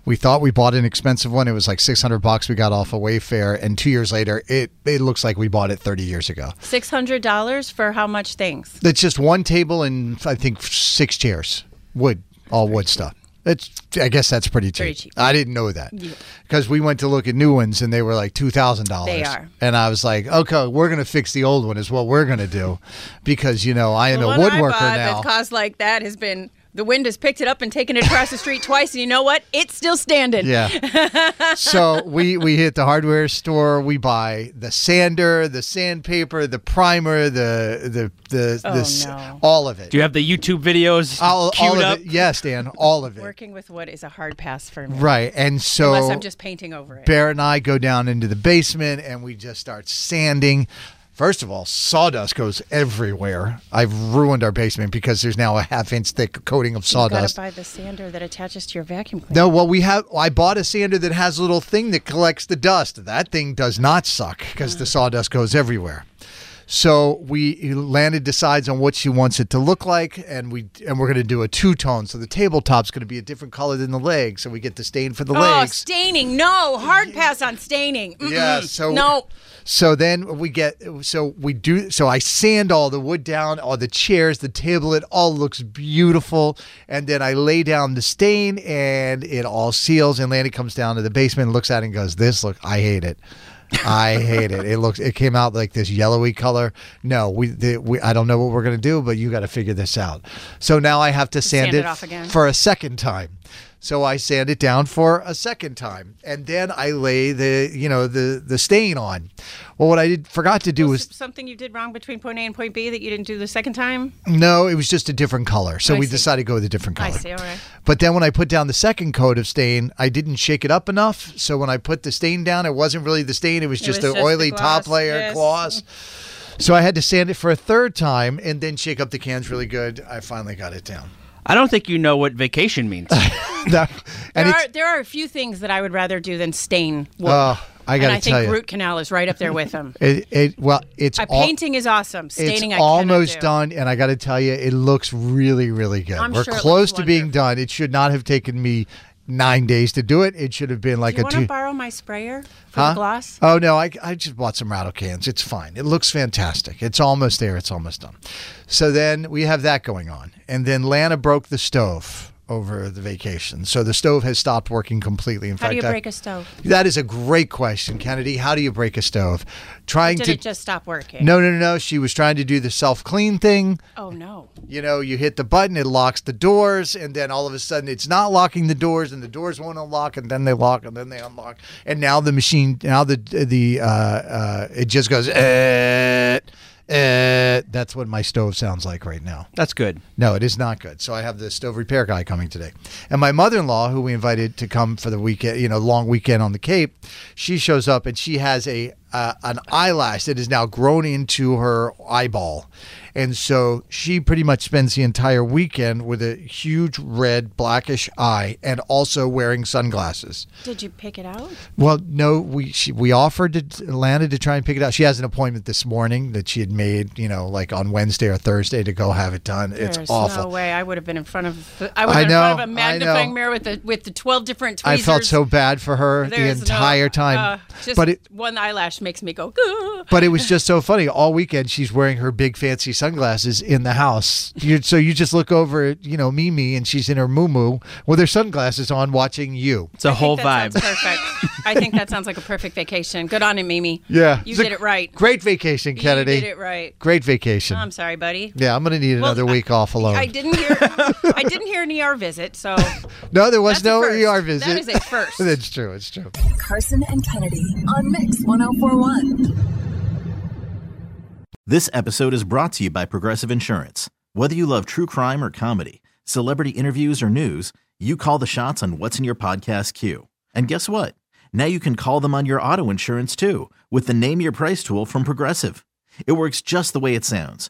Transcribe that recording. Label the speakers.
Speaker 1: We thought we bought an expensive one. It was like 600 bucks we got off a Wayfair. And two years later, it, it looks like we bought it 30 years ago.
Speaker 2: Six hundred dollars for how much things?
Speaker 1: It's just one table and I think six chairs, wood, all wood stuff. It's, I guess that's pretty cheap.
Speaker 2: Pretty cheap.
Speaker 1: I didn't know that because we went to look at new ones and they were like two thousand dollars.
Speaker 2: They are.
Speaker 1: and I was like, okay, we're gonna fix the old one is what we're gonna do, because you know I am
Speaker 2: The
Speaker 1: a
Speaker 2: one I
Speaker 1: woodworker
Speaker 2: bought
Speaker 1: now.
Speaker 2: that cost like that has been the wind has picked it up and taken it across the street twice, and you know what? It's still standing.
Speaker 1: Yeah. so we we hit the hardware store. We buy the sander, the sandpaper, the primer, the the the, the s-
Speaker 2: Oh, no.
Speaker 1: all of it.
Speaker 3: Do you have the YouTube videos
Speaker 1: all,
Speaker 3: queued
Speaker 1: all of
Speaker 3: up?
Speaker 1: it. Yes, Dan. All of it.
Speaker 2: Working with wood is a hard pass for me,
Speaker 1: Right, and so
Speaker 2: unless I'm just painting over it.
Speaker 1: Bear and I go down into the basement and we just start sanding. First of all, sawdust goes everywhere. I've ruined our basement because there's now a half inch thick coating of
Speaker 2: you gotta
Speaker 1: sawdust.
Speaker 2: buy the sander that attaches to your vacuum cleaner.
Speaker 1: No, well, we have. I bought a sander that has a little thing that collects the dust. That thing does not suck because
Speaker 2: Mm.
Speaker 1: the sawdust goes everywhere. So we landed decides on what she wants it to look like, and we and we're going to do a two tone. So the tabletop's going to be a different color than the legs, so we get the stain for the
Speaker 2: Oh,
Speaker 1: legs.
Speaker 2: staining! No, hard pass on staining. Mm-mm.
Speaker 1: Yeah. So
Speaker 2: no,
Speaker 1: So then we get. So we do. So I sand all the wood down, all the chairs, the table. It all looks beautiful. And then I lay down the stain, and it all seals. And Lanny comes down to the basement, looks at it, and goes, "This look, I hate it." I hate it. It looks. It came out like this yellowy color. No, we. The, we I don't know what we're gonna do, but you got to figure this out. So now I have to sand,
Speaker 2: Sand it off again.
Speaker 1: for a second time. So I sand it down for a second time, and then I lay the you know the the stain on. Well, what I did, forgot to do was
Speaker 2: something you did wrong between point A and point B that you didn't do the second time.
Speaker 1: no, it was just a different color. So
Speaker 2: I
Speaker 1: we
Speaker 2: see.
Speaker 1: decided to go with a different color.
Speaker 2: I see. All right.
Speaker 1: But then when I put down the second coat of stain, I didn't shake it up enough. So when I put the stain down, it wasn't really the stain. It was just
Speaker 2: was
Speaker 1: an
Speaker 2: just the
Speaker 1: oily top
Speaker 2: gloss,
Speaker 1: layer
Speaker 2: yes.
Speaker 1: gloss. So I had to sand it for a third time and then shake up the cans really good. I finally got it down.
Speaker 3: I don't think you know what vacation means.
Speaker 1: That- and
Speaker 2: There
Speaker 1: it's,
Speaker 2: are there are a few things that I would rather do than stain wood.
Speaker 1: oh, I
Speaker 2: and
Speaker 1: got
Speaker 2: I
Speaker 1: to tell
Speaker 2: think
Speaker 1: you,
Speaker 2: root canal is right up there with them.
Speaker 1: it, it well, it's
Speaker 2: A
Speaker 1: all-
Speaker 2: painting is awesome. Staining,
Speaker 1: it's
Speaker 2: I cannot
Speaker 1: almost
Speaker 2: do.
Speaker 1: done, and I got to tell you, it looks really, really good.
Speaker 2: I'm
Speaker 1: We're
Speaker 2: sure it
Speaker 1: close
Speaker 2: looks
Speaker 1: to being
Speaker 2: wonderful.
Speaker 1: done. It should not have taken me nine days to do it. It should have been like
Speaker 2: Do you
Speaker 1: a
Speaker 2: want
Speaker 1: two.
Speaker 2: to borrow my sprayer for
Speaker 1: Huh?
Speaker 2: the gloss?
Speaker 1: Oh no, I, I just bought some rattle cans. It's fine. It looks fantastic. It's almost there. It's almost done. So then we have that going on, and then Lana broke the stove over the vacation, so the stove has stopped working completely. In
Speaker 2: How
Speaker 1: fact,
Speaker 2: do you
Speaker 1: I-
Speaker 2: break a stove?
Speaker 1: that is a great question, Kennedy. How do you break a stove? Trying
Speaker 2: Did
Speaker 1: to
Speaker 2: it just stop working?
Speaker 1: no, no, no, no. She was trying to do the self clean thing.
Speaker 2: Oh no.
Speaker 1: You know, you hit the button, it locks the doors, and then all of a sudden it's not locking the doors, and the doors won't unlock, and then they lock, and then they unlock, and now the machine, now the the uh, uh, it just goes. Eh, eh. That's what my stove sounds like right now.
Speaker 3: That's good.
Speaker 1: No, it is not good. So I have the stove repair guy coming today, and my mother-in-law, who we invited to come for the weekend, you know, long weekend on the Cape, she shows up and she has a uh, an eyelash that is now grown into her eyeball, and so she pretty much spends the entire weekend with a huge red blackish eye and also wearing sunglasses.
Speaker 2: Did you pick it out?
Speaker 1: Well, no, we she, we offered to Atlanta to try and pick it out. She has an appointment this morning that she had made, you know, like on Wednesday or Thursday to go have it done. it's
Speaker 2: There's
Speaker 1: awful.
Speaker 2: no way. I would have been in front of. the- I would
Speaker 1: I
Speaker 2: have been in front of a
Speaker 1: know, I know.
Speaker 2: magnifying mirror with the with the twelve different
Speaker 1: I
Speaker 2: tweezers.
Speaker 1: felt so bad for her the
Speaker 2: There's no-
Speaker 1: entire time.
Speaker 2: uh, just
Speaker 1: but it,
Speaker 2: one eyelash which makes me go. "Gah."
Speaker 1: But it was just so funny. All weekend, she's wearing her big fancy sunglasses in the house. You, so you just look over at, you know, Mimi, and she's in her moo with her sunglasses on watching you.
Speaker 3: It's a
Speaker 2: I
Speaker 3: whole
Speaker 2: think
Speaker 3: vibe.
Speaker 2: that sounds perfect. I think that sounds like a perfect vacation. Good on it, Mimi.
Speaker 1: Yeah.
Speaker 2: you
Speaker 1: It's a
Speaker 2: did it right.
Speaker 1: Great vacation, Kennedy.
Speaker 2: You did it right.
Speaker 1: Great vacation.
Speaker 2: I'm sorry, buddy.
Speaker 1: yeah, I'm going to need
Speaker 2: Well,
Speaker 1: another week off alone.
Speaker 2: I didn't hear. I didn't hear an ER visit, so
Speaker 1: no, there was
Speaker 2: that's a
Speaker 1: no
Speaker 2: first.
Speaker 1: ER
Speaker 2: That
Speaker 1: visit.
Speaker 2: is a first.
Speaker 1: That's true. It's true.
Speaker 4: Carson and Kennedy on Mix 1041.
Speaker 5: This episode is brought to you by Progressive Insurance. Whether you love true crime or comedy, celebrity interviews or news, you call the shots on what's in your podcast queue. And guess what? Now you can call them on your auto insurance too with the Name Your Price tool from Progressive. It works just the way it sounds.